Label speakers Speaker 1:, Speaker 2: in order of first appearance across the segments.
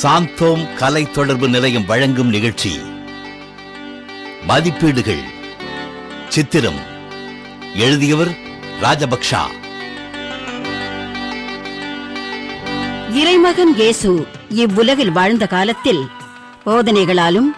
Speaker 1: சாந்தோம் கலை தொடர்பு நிலையம் வழங்கும் நிகழ்ச்சி மதிப்பீடுகள் சித்திரம் எழுதியவர் ராஜபக்ஷா
Speaker 2: இறைமகன் இயேசு இவ்வுலகில் வாழ்ந்த காலத்தில் போதனைகளாலும்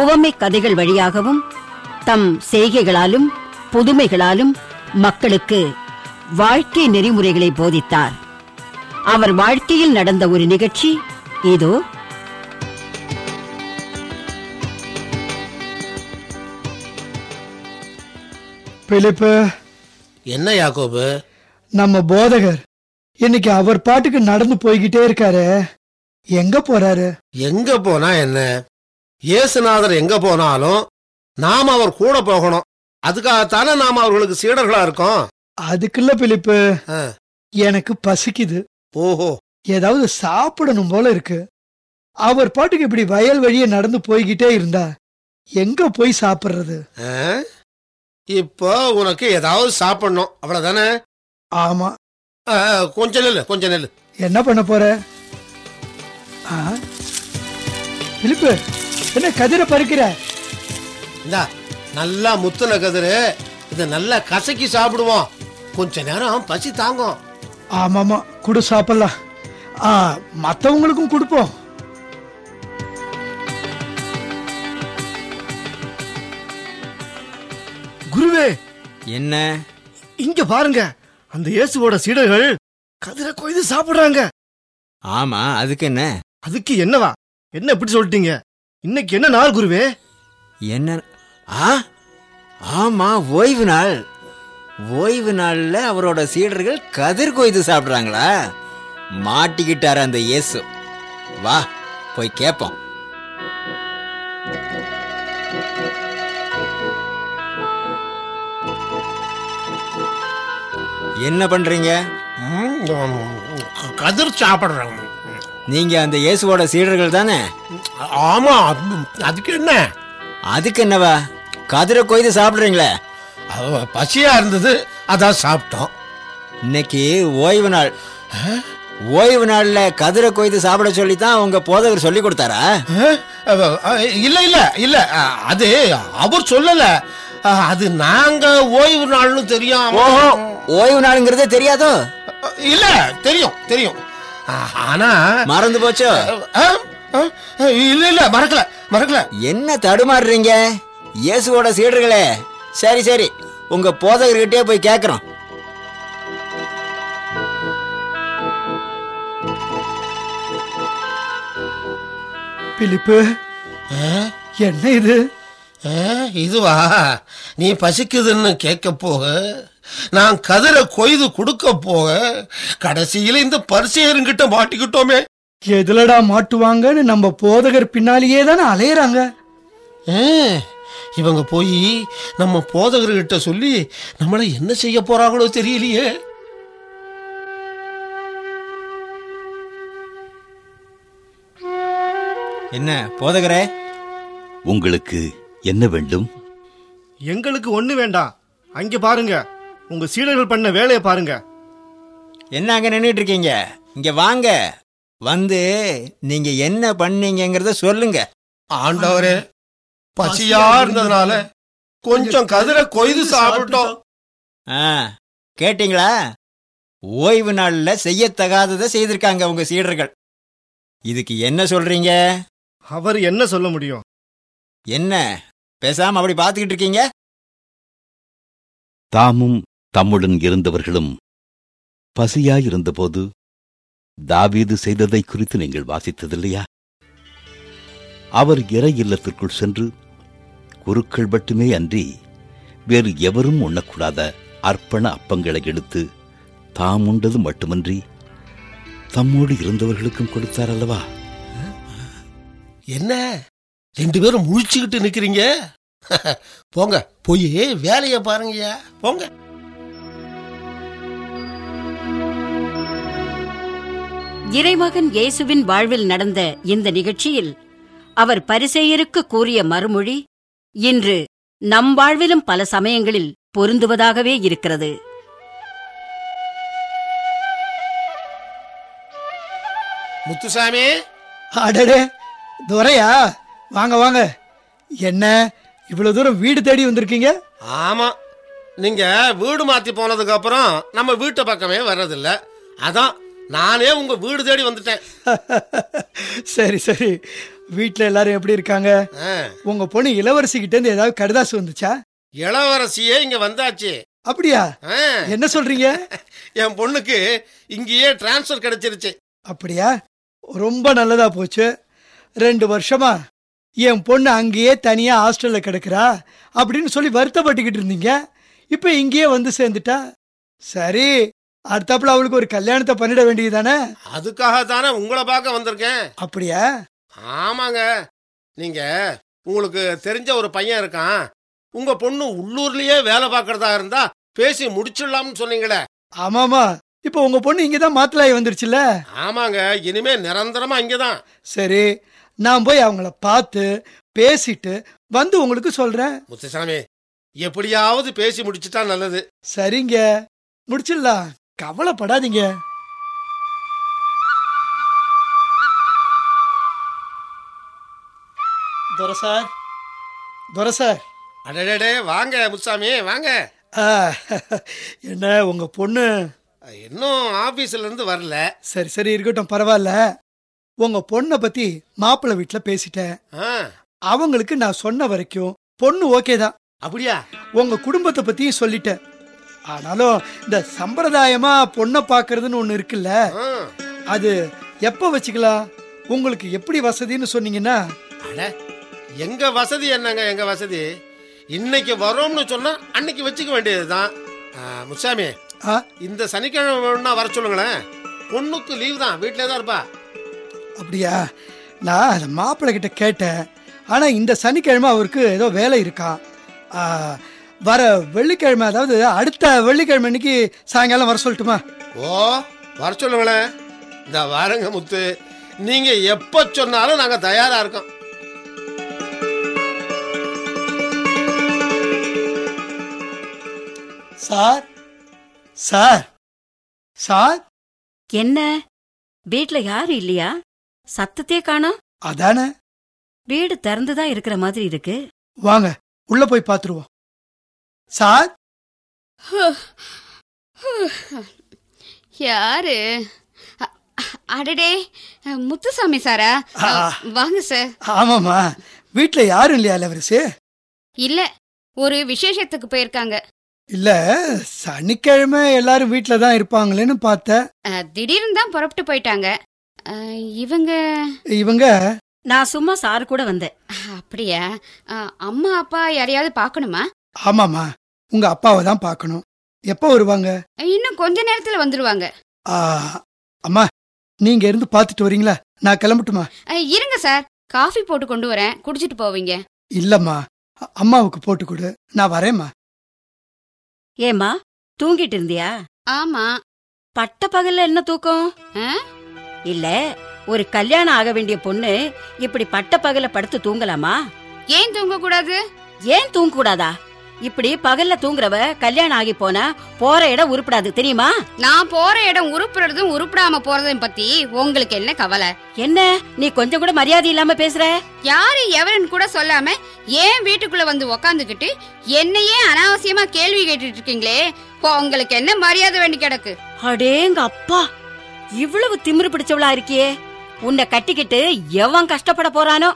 Speaker 2: உவமை கதைகள் வழியாகவும் தம் செய்கைகளாலும் புதுமைகளாலும் மக்களுக்கு வாழ்க்கை நெறிமுறைகளை போதித்தார் அவர் வாழ்க்கையில் நடந்த ஒரு நிகழ்ச்சி இதோ
Speaker 3: பிலிப்பு
Speaker 4: என்ன யாக்கோபு
Speaker 3: நம்ம போதகர் இன்னைக்கு அவர் பாட்டுக்கு நடந்து போய்கிட்டே இருக்காரு எங்க போறாரு
Speaker 4: எங்க போனா என்ன இயேசுநாதர் எங்க போனாலும் நாம் அவர் கூட போகணும் அதுக்காகத்தானே நாம் அவர்களுக்கு சீடர்களா இருக்கோம்
Speaker 3: அதுக்குள்ள பிலிப்பு
Speaker 4: ஆ,
Speaker 3: எனக்கு பசிக்குது
Speaker 4: ஓஹோ
Speaker 3: ஏதாவது சாப்பிடணும் போல இருக்கு அவர் பாட்டுக்கு இப்படி வயல் வழியே நடந்து போய்கிட்டே இருந்தா எங்க போய் சாப்பிடுறது
Speaker 4: ஆ? இப்போ உனக்கு ஏதாவது சாப்பிடணும் அவ்வளவுதானே
Speaker 3: ஆமா
Speaker 4: ஆ, கொஞ்சம் நெல் கொஞ்சம் நெல்
Speaker 3: என்ன பண்ண போற ஆ? பிலிப்பு என்ன கதிரை பறிக்கிற
Speaker 4: இந்தா நல்லா முத்துன கதிரு இதை நல்லா கசக்கி சாப்பிடுவோம் கொஞ்ச நேரம் பசி தாங்கும்
Speaker 3: ஆமாமா குடு சாப்பிடலாம் ஆ மற்றவங்களுக்கும் கொடுப்போம்
Speaker 5: குருவே
Speaker 6: என்ன
Speaker 5: இங்க பாருங்க அந்த இயேசுவோட சீடர்கள் கதிரை கொய்து சாப்பிடுறாங்க
Speaker 6: ஆமா அதுக்கு என்ன
Speaker 5: அதுக்கு என்னவா என்ன இப்படி சொல்லிட்டீங்க இன்னைக்கு என்ன நாள் குருவே
Speaker 6: என்ன ஆ ஆமா ஓய்வு நாள் ஓய்வு நாள்ல அவரோட சீடர்கள் கதிர் கொய்து சாப்பிடுறாங்களா மாட்டிக்கிட்டாரு அந்த இயேசு வா போய் கேட்போம் என்ன பண்றீங்க
Speaker 4: கதிர் சாப்பிடுறோம்
Speaker 6: நீங்க அந்த இயேசுவோட சீடர்கள் தானே
Speaker 4: ஆமா அதுக்கு என்ன
Speaker 6: அதுக்கு என்னவா கதிரை கொய்து சாப்பிடுறீங்களே
Speaker 4: அவ- பசியா இருந்தது அதான் சாப்பிட்டோம்
Speaker 6: இன்னைக்கு ஓய்வு நாள் ஓய்வு நாள்ல கதிரை கொய்து சாப்பிட சொல்லி தான் உங்க போதகர் சொல்லி கொடுத்தாரா
Speaker 4: அஹ், அஹ், இல்ல இல்ல இல்ல அஹ், அது அவர் சொல்லல அஹ், அது நாங்க ஓய்வு நாள்னு தெரியாம
Speaker 6: ஓஹோ ஓய்வு நாளுங்கிறதே தெரியாதோ
Speaker 4: அஹ், இல்ல தெரியும் தெரியும் அஹ், ஆனா
Speaker 6: மறந்து போச்சோ
Speaker 4: அஹ், அஹ், அஹ், இல்ல இல்ல மறக்கல மறக்கல
Speaker 6: என்ன தடுமாறுறீங்க இயேசுவோட சீடர்களே சரி சரி உங்க போதகர்கிட்டயே போய் கேட்குறோம்
Speaker 3: பிலிப்பு
Speaker 4: அஹ்,
Speaker 3: என்ன இது
Speaker 4: அஹ், இதுவா நீ பசிக்குதுன்னு கேட்க போக நான் கதிரை கொய்து கொடுக்க போக கடைசியில இந்த பரிசெயருங்கிட்ட மாட்டிக்கிட்டோமே
Speaker 3: எதுலடா மாட்டுவாங்கன்னு நம்ம போதகர் பின்னாலேயே தானே அலையறாங்க
Speaker 4: ஏ, இவங்க போய் நம்ம போதகர்கிட்ட சொல்லி நம்மளை என்ன செய்ய போறாங்களோ தெரியலையே
Speaker 6: என்ன போதகரே
Speaker 1: உங்களுக்கு என்ன வேண்டும்
Speaker 5: எங்களுக்கு ஒண்ணு வேண்டாம் அங்க பாருங்க உங்க சீடர்கள் பண்ண வேலையை பாருங்க
Speaker 6: என்ன அங்க நின்றுட்டு இருக்கீங்க இங்க வாங்க வந்து நீங்க என்ன பண்ணீங்கங்கிறத சொல்லுங்க
Speaker 4: ஆண்டவரே பசியா இருந்ததுனால கொஞ்சம் கதிரை கொய்து சாப்பிட்டோம்
Speaker 6: ஆ கேட்டிங்களா ஓய்வு நாளில் செய்யத்தகாததை செய்திருக்காங்க உங்க சீடர்கள் இதுக்கு என்ன சொல்றீங்க
Speaker 5: அவர் என்ன சொல்ல முடியும்
Speaker 6: என்ன பேசாம அப்படி பார்த்துக்கிட்டு இருக்கீங்க
Speaker 1: தாமும் தம்முடன் இருந்தவர்களும் பசியாயிருந்தபோது தாவீது செய்ததை குறித்து நீங்கள் வாசித்ததில்லையா அவர் இறை இல்லத்திற்குள் சென்று குருக்கள் மட்டுமே அன்றி வேறு எவரும் உண்ணக்கூடாத அர்ப்பண அப்பங்களை எடுத்து தாம் உண்டது மட்டுமன்றி தம்மோடு இருந்தவர்களுக்கும் கொடுத்தார் அல்லவா
Speaker 4: என்ன ரெண்டு பேரும் முழிச்சுக்கிட்டு நிக்கிறீங்க போங்க போய் வேலையை பாருங்கய்யா போங்க
Speaker 2: இறைமகன் இயேசுவின் வாழ்வில் நடந்த இந்த நிகழ்ச்சியில் அவர் பரிசேயருக்கு கூறிய மறுமொழி இன்று நம் வாழ்விலும் பல சமயங்களில் பொருந்துவதாகவே இருக்கிறது
Speaker 4: முத்துசாமி
Speaker 3: அடடே துரையா வாங்க வாங்க என்ன இவ்வளவு தூரம் வீடு தேடி வந்திருக்கீங்க
Speaker 4: ஆமா நீங்க வீடு மாத்தி போனதுக்கு அப்புறம் நம்ம வீட்டு பக்கமே வர்றதில்ல அதான் நானே உங்க வீடு தேடி வந்துட்டேன்
Speaker 3: சரி சரி வீட்டில் எல்லாரும் எப்படி இருக்காங்க
Speaker 4: ஆ,
Speaker 3: உங்க பொண்ணு இளவரசிக்கிட்ட இருந்து ஏதாவது கடிதாசு வந்துச்சா
Speaker 4: இளவரசியே இங்க வந்தாச்சு
Speaker 3: அப்படியா
Speaker 4: ஆ,
Speaker 3: என்ன சொல்றீங்க
Speaker 4: என் பொண்ணுக்கு இங்கேயே டிரான்ஸ்ஃபர் கிடைச்சிருச்சு
Speaker 3: அப்படியா ரொம்ப நல்லதா போச்சு ரெண்டு வருஷமா என் பொண்ணு அங்கேயே தனியா ஹாஸ்டல்ல கிடக்குறா அப்படின்னு சொல்லி வருத்தப்பட்டுக்கிட்டு இருந்தீங்க இப்போ இங்கேயே வந்து சேர்ந்துட்டா சரி அடுத்தாப்புல அவளுக்கு ஒரு கல்யாணத்தை பண்ணிட வேண்டியதுதானே
Speaker 4: அதுக்காக தானே உங்களை பார்க்க வந்திருக்கேன்
Speaker 3: அப்படியா
Speaker 4: ஆமாங்க நீங்க உங்களுக்கு தெரிஞ்ச ஒரு பையன் இருக்கான் உங்க பொண்ணு உள்ளூர்லயே வேலை பார்க்கறதா இருந்தா பேசி முடிச்சிடலாம்னு சொன்னீங்களே
Speaker 3: ஆமாமா இப்போ உங்க பொண்ணு இங்க தான் மாத்தலாயி வந்துருச்சுல்ல
Speaker 4: ஆமாங்க இனிமே நிரந்தரமா இங்கதான்
Speaker 3: சரி நான் போய் அவங்கள பார்த்து பேசிட்டு வந்து உங்களுக்கு சொல்றேன்
Speaker 4: முத்துசாமி எப்படியாவது பேசி முடிச்சிட்டா நல்லது
Speaker 3: சரிங்க முடிச்சிடலாம் கவலைப்படாதீங்க துரை சார் துரை சார்
Speaker 4: அடடடே வாங்க முத்துசாமி வாங்க
Speaker 3: ஆ, என்ன உங்க பொண்ணு
Speaker 4: இன்னும் ஆபீஸ்ல இருந்து வரல
Speaker 3: சரி சரி இருக்கட்டும் பரவாயில்ல உங்க பொண்ணை பத்தி மாப்பிள்ளை வீட்டுல பேசிட்டேன்
Speaker 4: ஆ,
Speaker 3: அவங்களுக்கு நான் சொன்ன வரைக்கும் பொண்ணு ஓகே தான்
Speaker 4: அப்படியா
Speaker 3: உங்க குடும்பத்தை பத்தியும் சொல்லிட்டேன் ஆனாலும் இந்த சம்பிரதாயமா பொண்ணை பார்க்கறதுன்னு ஒண்ணு இருக்குல்ல
Speaker 4: ஆ,
Speaker 3: அது எப்ப வச்சுக்கலாம் உங்களுக்கு எப்படி வசதின்னு சொன்னீங்கன்னா
Speaker 4: அட எங்க வசதி என்னங்க எங்க வசதி இன்னைக்கு வரோம்னு சொன்னா அன்னைக்கு வச்சுக்க வேண்டியதுதான் ஆ, முத்துசாமி
Speaker 3: ஆ,
Speaker 4: இந்த சனிக்கிழமை வேணும்னா வர சொல்லுங்களேன் பொண்ணுக்கு லீவ் தான் வீட்டிலே தான் இருப்பா
Speaker 3: அப்படியா நான் அதை மாப்பிள்ளை கிட்ட கேட்டேன் ஆனா இந்த சனிக்கிழமை அவருக்கு ஏதோ வேலை இருக்காம் ஆ, வர வெள்ளிக்கிழமை அதாவது அடுத்த வெள்ளிக்கிழமை அன்னைக்கு சாயங்காலம் வர சொல்லட்டுமா
Speaker 4: ஓ வர சொல்லுங்களேன் இந்த வாருங்க முத்து நீங்க எப்ப சொன்னாலும் நாங்க தயாரா இருக்கோம்
Speaker 3: சார் சார் சார்
Speaker 2: என்ன வீட்ல யாரும் இல்லையா சத்தத்தே காணோம்
Speaker 3: அதானே
Speaker 2: வீடு திறந்துதான் இருக்கிற மாதிரி இருக்கு
Speaker 3: வாங்க உள்ள போய் பார்த்துருவோம் சார்
Speaker 7: யாரு அ- அடடே முத்துசாமி சாரா
Speaker 3: ஆ.
Speaker 7: வாங்க சார்
Speaker 3: ஆமாம்மா வீட்டில் யாரும் இல்லையா இளவரசு
Speaker 7: இல்ல ஒரு விசேஷத்துக்கு போயிருக்காங்க
Speaker 3: இல்லை சனிக்கிழமை எல்லாரும் வீட்டில் தான் இருப்பாங்களேன்னு பார்த்தேன்
Speaker 7: அ, திடீர்னு தான் புறப்பட்டு போயிட்டாங்க அ, இவங்க
Speaker 3: இவங்க
Speaker 2: நான் சும்மா சார் கூட வந்தேன்
Speaker 7: அப்படியா அ, அம்மா அப்பா யாரையாவது பார்க்கணுமா
Speaker 3: ஆமாம்மா உங்கள் அப்பாவை தான் பார்க்கணும் எப்போ வருவாங்க
Speaker 7: இன்னும் கொஞ்ச நேரத்துல வந்துருவாங்க
Speaker 3: ஆ, அம்மா நீங்கள் இருந்து பார்த்துட்டு வரீங்களா நான் கிளம்பட்டுமா
Speaker 7: அ, இருங்க சார் காஃபி போட்டு கொண்டு வரேன் குடிச்சிட்டு போவீங்க
Speaker 3: இல்லைம்மா அ- அம்மாவுக்கு போட்டு கொடு நான் வரேம்மா
Speaker 2: ஏமா தூங்கிட்டு இருந்தியா
Speaker 7: ஆமா
Speaker 2: பட்ட பகல்ல என்ன தூக்கம்
Speaker 7: ஆ?
Speaker 2: இல்ல ஒரு கல்யாணம் ஆக வேண்டிய பொண்ணு இப்படி பட்ட பகல படுத்து தூங்கலாமா
Speaker 7: ஏன் தூங்க கூடாது
Speaker 2: ஏன் தூங்க கூடாதா இப்படி பகல்ல தூங்குறவ கல்யாணம் ஆகி போனா போற இடம் உருப்படாது தெரியுமா
Speaker 7: நான் போற இடம் உருப்புறதும் உருப்படாம போறதையும் பத்தி உங்களுக்கு என்ன கவலை
Speaker 2: என்ன நீ கொஞ்சம் கூட மரியாதை இல்லாம பேசுற
Speaker 7: யாரு எவருன்னு கூட சொல்லாம ஏன் வீட்டுக்குள்ள வந்து உக்காந்துக்கிட்டு என்னையே அனாவசியமா கேள்வி கேட்டுட்டு இருக்கீங்களே இப்போ உங்களுக்கு என்ன மரியாதை வேண்டி கிடக்கு
Speaker 2: அடேங்க அப்பா இவ்வளவு திமிரு பிடிச்சவளா இருக்கியே உன்னை கட்டிக்கிட்டு எவன் கஷ்டப்பட போறானோ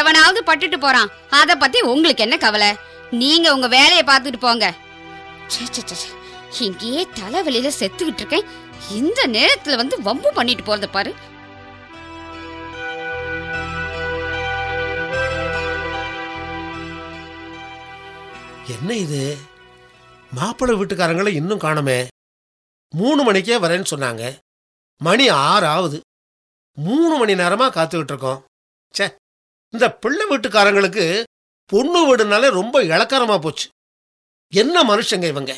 Speaker 7: எவனாவது பட்டுட்டு போறான் அத பத்தி உங்களுக்கு என்ன கவலை நீங்க உங்க வேலையை பார்த்துட்டு போங்க ச்சே, ச்சே, ச்சே, ச்சே. இங்கேயே தலைவலியில செத்துக்கிட்டு இருக்கேன் இந்த நேரத்துல வந்து வம்பு பண்ணிட்டு போறத பாரு
Speaker 4: என்ன இது மாப்பிள்ளை வீட்டுக்காரங்களை இன்னும் காணுமே மூணு மணிக்கே வரேன்னு சொன்னாங்க மணி ஆறு ஆகுது மூணு மணி நேரமா காத்துக்கிட்டு இருக்கோம் ச்சே இந்த பிள்ளை வீட்டுக்காரங்களுக்கு பொண்ணு வீடுனாலே ரொம்ப இளக்காரமா போச்சு என்ன மனுஷங்க இவங்க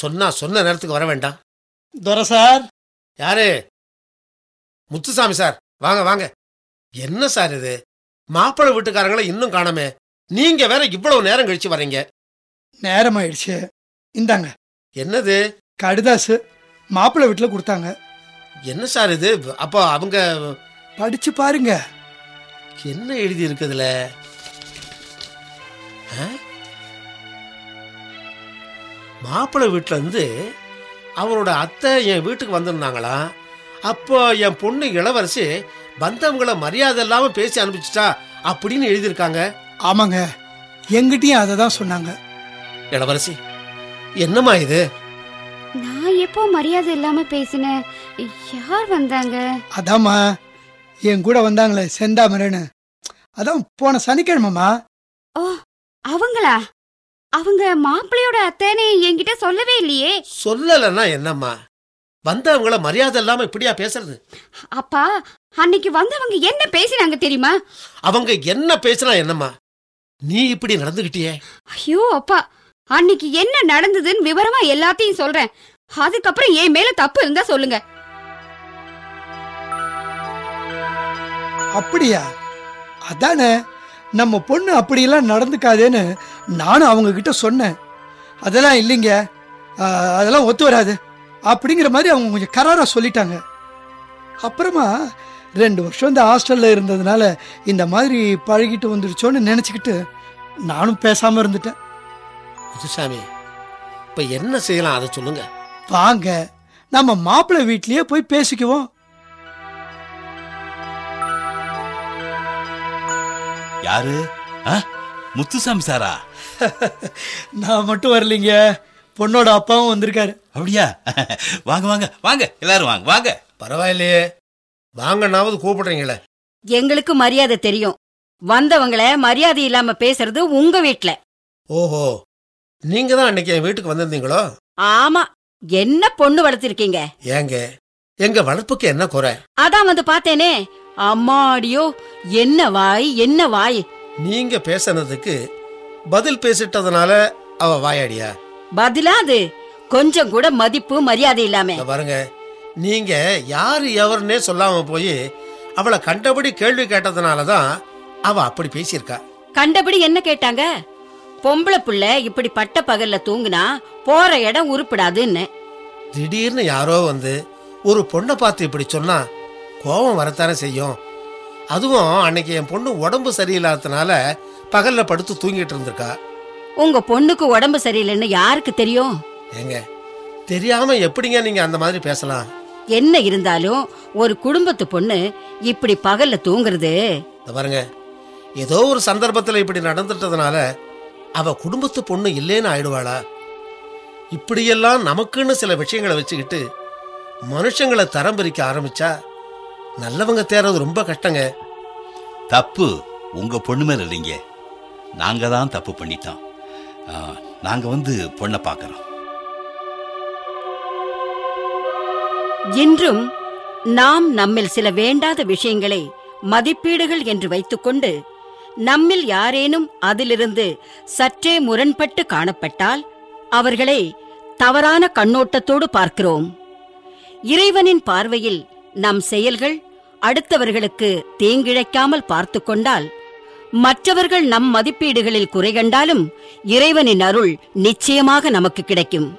Speaker 4: சொன்னா சொன்ன நேரத்துக்கு வர வேண்டாம்
Speaker 3: துரை சார்
Speaker 4: யாரு முத்துசாமி சார் வாங்க வாங்க என்ன சார் இது மாப்பிள்ளை வீட்டுக்காரங்களை இன்னும் காணாமே நீங்க வேற இவ்வளவு நேரம் கழிச்சு வர்றீங்க
Speaker 3: நேரம் ஆயிடுச்சு இந்தாங்க
Speaker 4: என்னது
Speaker 3: கடிதாசு மாப்பிள்ளை வீட்டில் கொடுத்தாங்க
Speaker 4: என்ன சார் இது அப்போ அவங்க
Speaker 3: படிச்சு பாருங்க
Speaker 4: என்ன எழுதி இருக்குதுல மாப்பிள்ளை வீட்டுல இருந்து அவரோட அத்தை என் வீட்டுக்கு வந்திருந்தாங்களாம் அப்போ என் பொண்ணு இளவரசி பந்தவங்களை மரியாதை இல்லாம பேசி அனுப்பிச்சிட்டா அப்படின்னு எழுதியிருக்காங்க
Speaker 3: ஆமாங்க எங்கிட்டயும் அதை தான் சொன்னாங்க
Speaker 4: இளவரசி என்னம்மா இது
Speaker 8: நான் எப்போ மரியாதை இல்லாம பேசினேன் யார் வந்தாங்க
Speaker 3: அதாம்மா என் கூட வந்தாங்களே செந்தாமரன்னு அதான் போன சனிக்கிழமைமா
Speaker 8: ஓ அவங்களா அவங்க மாப்பிள்ளையோட அத்தைன்னு என்கிட்ட சொல்லவே இல்லையே
Speaker 4: சொல்லலைன்னா என்னம்மா வந்தவங்களை மரியாதை இல்லாம இப்படியா பேசுறது
Speaker 8: அப்பா அன்னைக்கு வந்தவங்க என்ன பேசினாங்க தெரியுமா
Speaker 4: அவங்க என்ன பேசினா என்னம்மா நீ இப்படி நடந்துகிட்டியே
Speaker 8: ஐயோ அப்பா அன்னைக்கு என்ன நடந்ததுன்னு விவரமா எல்லாத்தையும் சொல்றேன் அதுக்கப்புறம் என் மேல தப்பு இருந்தா சொல்லுங்க
Speaker 3: அப்படியா அதானே நம்ம பொண்ணு அப்படியெல்லாம் நடந்துக்காதேன்னு நானும் அவங்க கிட்ட சொன்னேன் அதெல்லாம் இல்லைங்க ஆ, அதெல்லாம் ஒத்து வராது அப்படிங்கிற மாதிரி அவங்க கொஞ்சம் கராராக சொல்லிட்டாங்க அப்புறமா ரெண்டு வருஷம் இந்த ஹாஸ்டலில் இருந்ததுனால இந்த மாதிரி பழகிட்டு வந்துருச்சோன்னு நினச்சிக்கிட்டு நானும் பேசாமல் இருந்துட்டேன்
Speaker 4: முத்துசாமி இப்ப என்ன செய்யலாம் அதை சொல்லுங்க
Speaker 3: வாங்க நம்ம மாப்பிள்ளை வீட்லேயே போய் பேசிக்குவோம்
Speaker 1: யாரு ஆ? முத்துசாமி சாரா
Speaker 3: நான் மட்டும் வரலைங்க பொண்ணோட அப்பாவும் வந்திருக்காரு
Speaker 1: அப்படியா வாங்க வாங்க வாங்க எல்லாரும் வாங்க வாங்க
Speaker 4: பரவாயில்லையே வாங்கன்னாவது கூப்பிடுறீங்களே
Speaker 2: எங்களுக்கு மரியாதை தெரியும் வந்தவங்கள மரியாதை இல்லாம பேசுறது உங்க வீட்ல
Speaker 4: ஓஹோ நீங்க தான் அன்னைக்கு என் வீட்டுக்கு வந்திருந்தீங்களோ
Speaker 2: ஆமா என்ன பொண்ணு வளர்த்திருக்கீங்க
Speaker 4: ஏங்க எங்க வளர்ப்புக்கு என்ன குறை
Speaker 2: அதான் வந்து பார்த்தேனே அம்மாடியோ என்ன வாய் என்ன வாய்
Speaker 4: நீங்க பேசுனதுக்கு பதில் பேசிட்டதுனால அவ வாயாடியா
Speaker 2: பதிலா அது கொஞ்சம் கூட மதிப்பு மரியாதை இல்லாம
Speaker 4: இங்க பாருங்க நீங்க யாரு எவருன்னே சொல்லாம போய் அவளை கண்டபடி கேள்வி கேட்டதுனால தான் அவ அப்படி பேசியிருக்கா
Speaker 2: கண்டபடி என்ன கேட்டாங்க பொம்பளை புள்ள இப்படி பட்ட பகல்ல தூங்குனா போற இடம் உருப்படாதுன்னு
Speaker 4: திடீர்னு யாரோ வந்து ஒரு பொண்ணை பார்த்து இப்படி சொன்னா கோபம் வரத்தானே செய்யும் அதுவும் அன்னைக்கு என் பொண்ணு உடம்பு சரியில்லாததுனால பகல்ல படுத்து தூங்கிட்டு இருந்திருக்கா
Speaker 2: உங்க பொண்ணுக்கு உடம்பு சரியில்லைன்னு யாருக்கு தெரியும்
Speaker 4: ஏங்க தெரியாம எப்படிங்க நீங்க அந்த மாதிரி பேசலாம்
Speaker 2: என்ன இருந்தாலும் ஒரு குடும்பத்து பொண்ணு இப்படி பகல்ல தூங்குறது
Speaker 4: இந்த பாருங்க ஏதோ ஒரு சந்தர்ப்பத்தில் இப்படி நடந்துட்டதுனால அவ குடும்பத்து பொண்ணு இல்லைன்னு ஆயிடுவாளா இப்படியெல்லாம் நமக்குன்னு சில விஷயங்களை வச்சுக்கிட்டு மனுஷங்களை தரம் பிரிக்க ஆரம்பிச்சா நல்லவங்க தேர்றது ரொம்ப கஷ்டங்க
Speaker 1: தப்பு உங்க பொண்ணு மேல இல்லைங்க நாங்க தான் தப்பு பண்ணிட்டோம் ஆ, நாங்க வந்து பொண்ணை பார்க்கறோம்
Speaker 2: இன்றும் நாம் நம்மில் சில வேண்டாத விஷயங்களை மதிப்பீடுகள் என்று வைத்துக்கொண்டு நம்மில் யாரேனும் அதிலிருந்து சற்றே முரண்பட்டு காணப்பட்டால் அவர்களை தவறான கண்ணோட்டத்தோடு பார்க்கிறோம் இறைவனின் பார்வையில் நம் செயல்கள் அடுத்தவர்களுக்கு தீங்கிழைக்காமல் பார்த்து கொண்டால் மற்றவர்கள் நம் மதிப்பீடுகளில் குறை கண்டாலும் இறைவனின் அருள் நிச்சயமாக நமக்கு கிடைக்கும்